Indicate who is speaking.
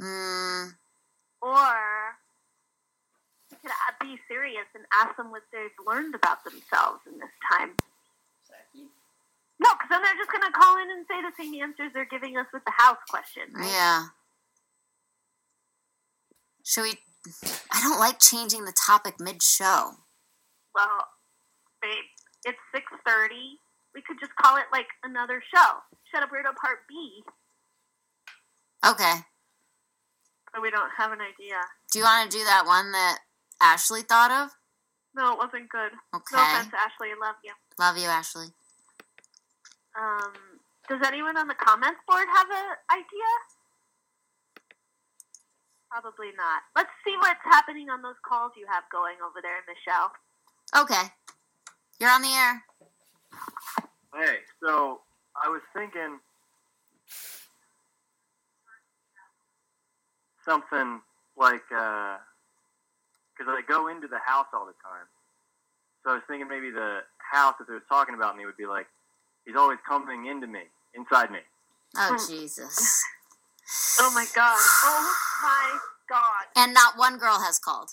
Speaker 1: Mm,
Speaker 2: Or you could uh, be serious and ask them what they've learned about themselves in this time. No, because then they're just going to call in and say the same answers they're giving us with the house question, right?
Speaker 1: yeah. Should we? I don't like changing the topic mid-show.
Speaker 2: Well, babe, it's 6.30. We could just call it, like, another show. Shut Up Weirdo Part B.
Speaker 1: Okay.
Speaker 2: But we don't have an idea.
Speaker 1: Do you want to do that one that Ashley thought of?
Speaker 2: No, it wasn't good.
Speaker 1: Okay.
Speaker 2: No offense, Ashley. I love you.
Speaker 1: Love you, Ashley.
Speaker 2: Um, does anyone on the comments board have an idea? Probably not. Let's see what's happening on those calls you have going over there, Michelle.
Speaker 1: Okay. You're on the air.
Speaker 3: Hey, so I was thinking something like because I go into the house all the time. So I was thinking maybe the house that they was talking about me would be like, he's always coming into me, inside me.
Speaker 1: Oh,
Speaker 2: Hmm.
Speaker 1: Jesus.
Speaker 2: Oh my god. Oh my god.
Speaker 1: And not one girl has called.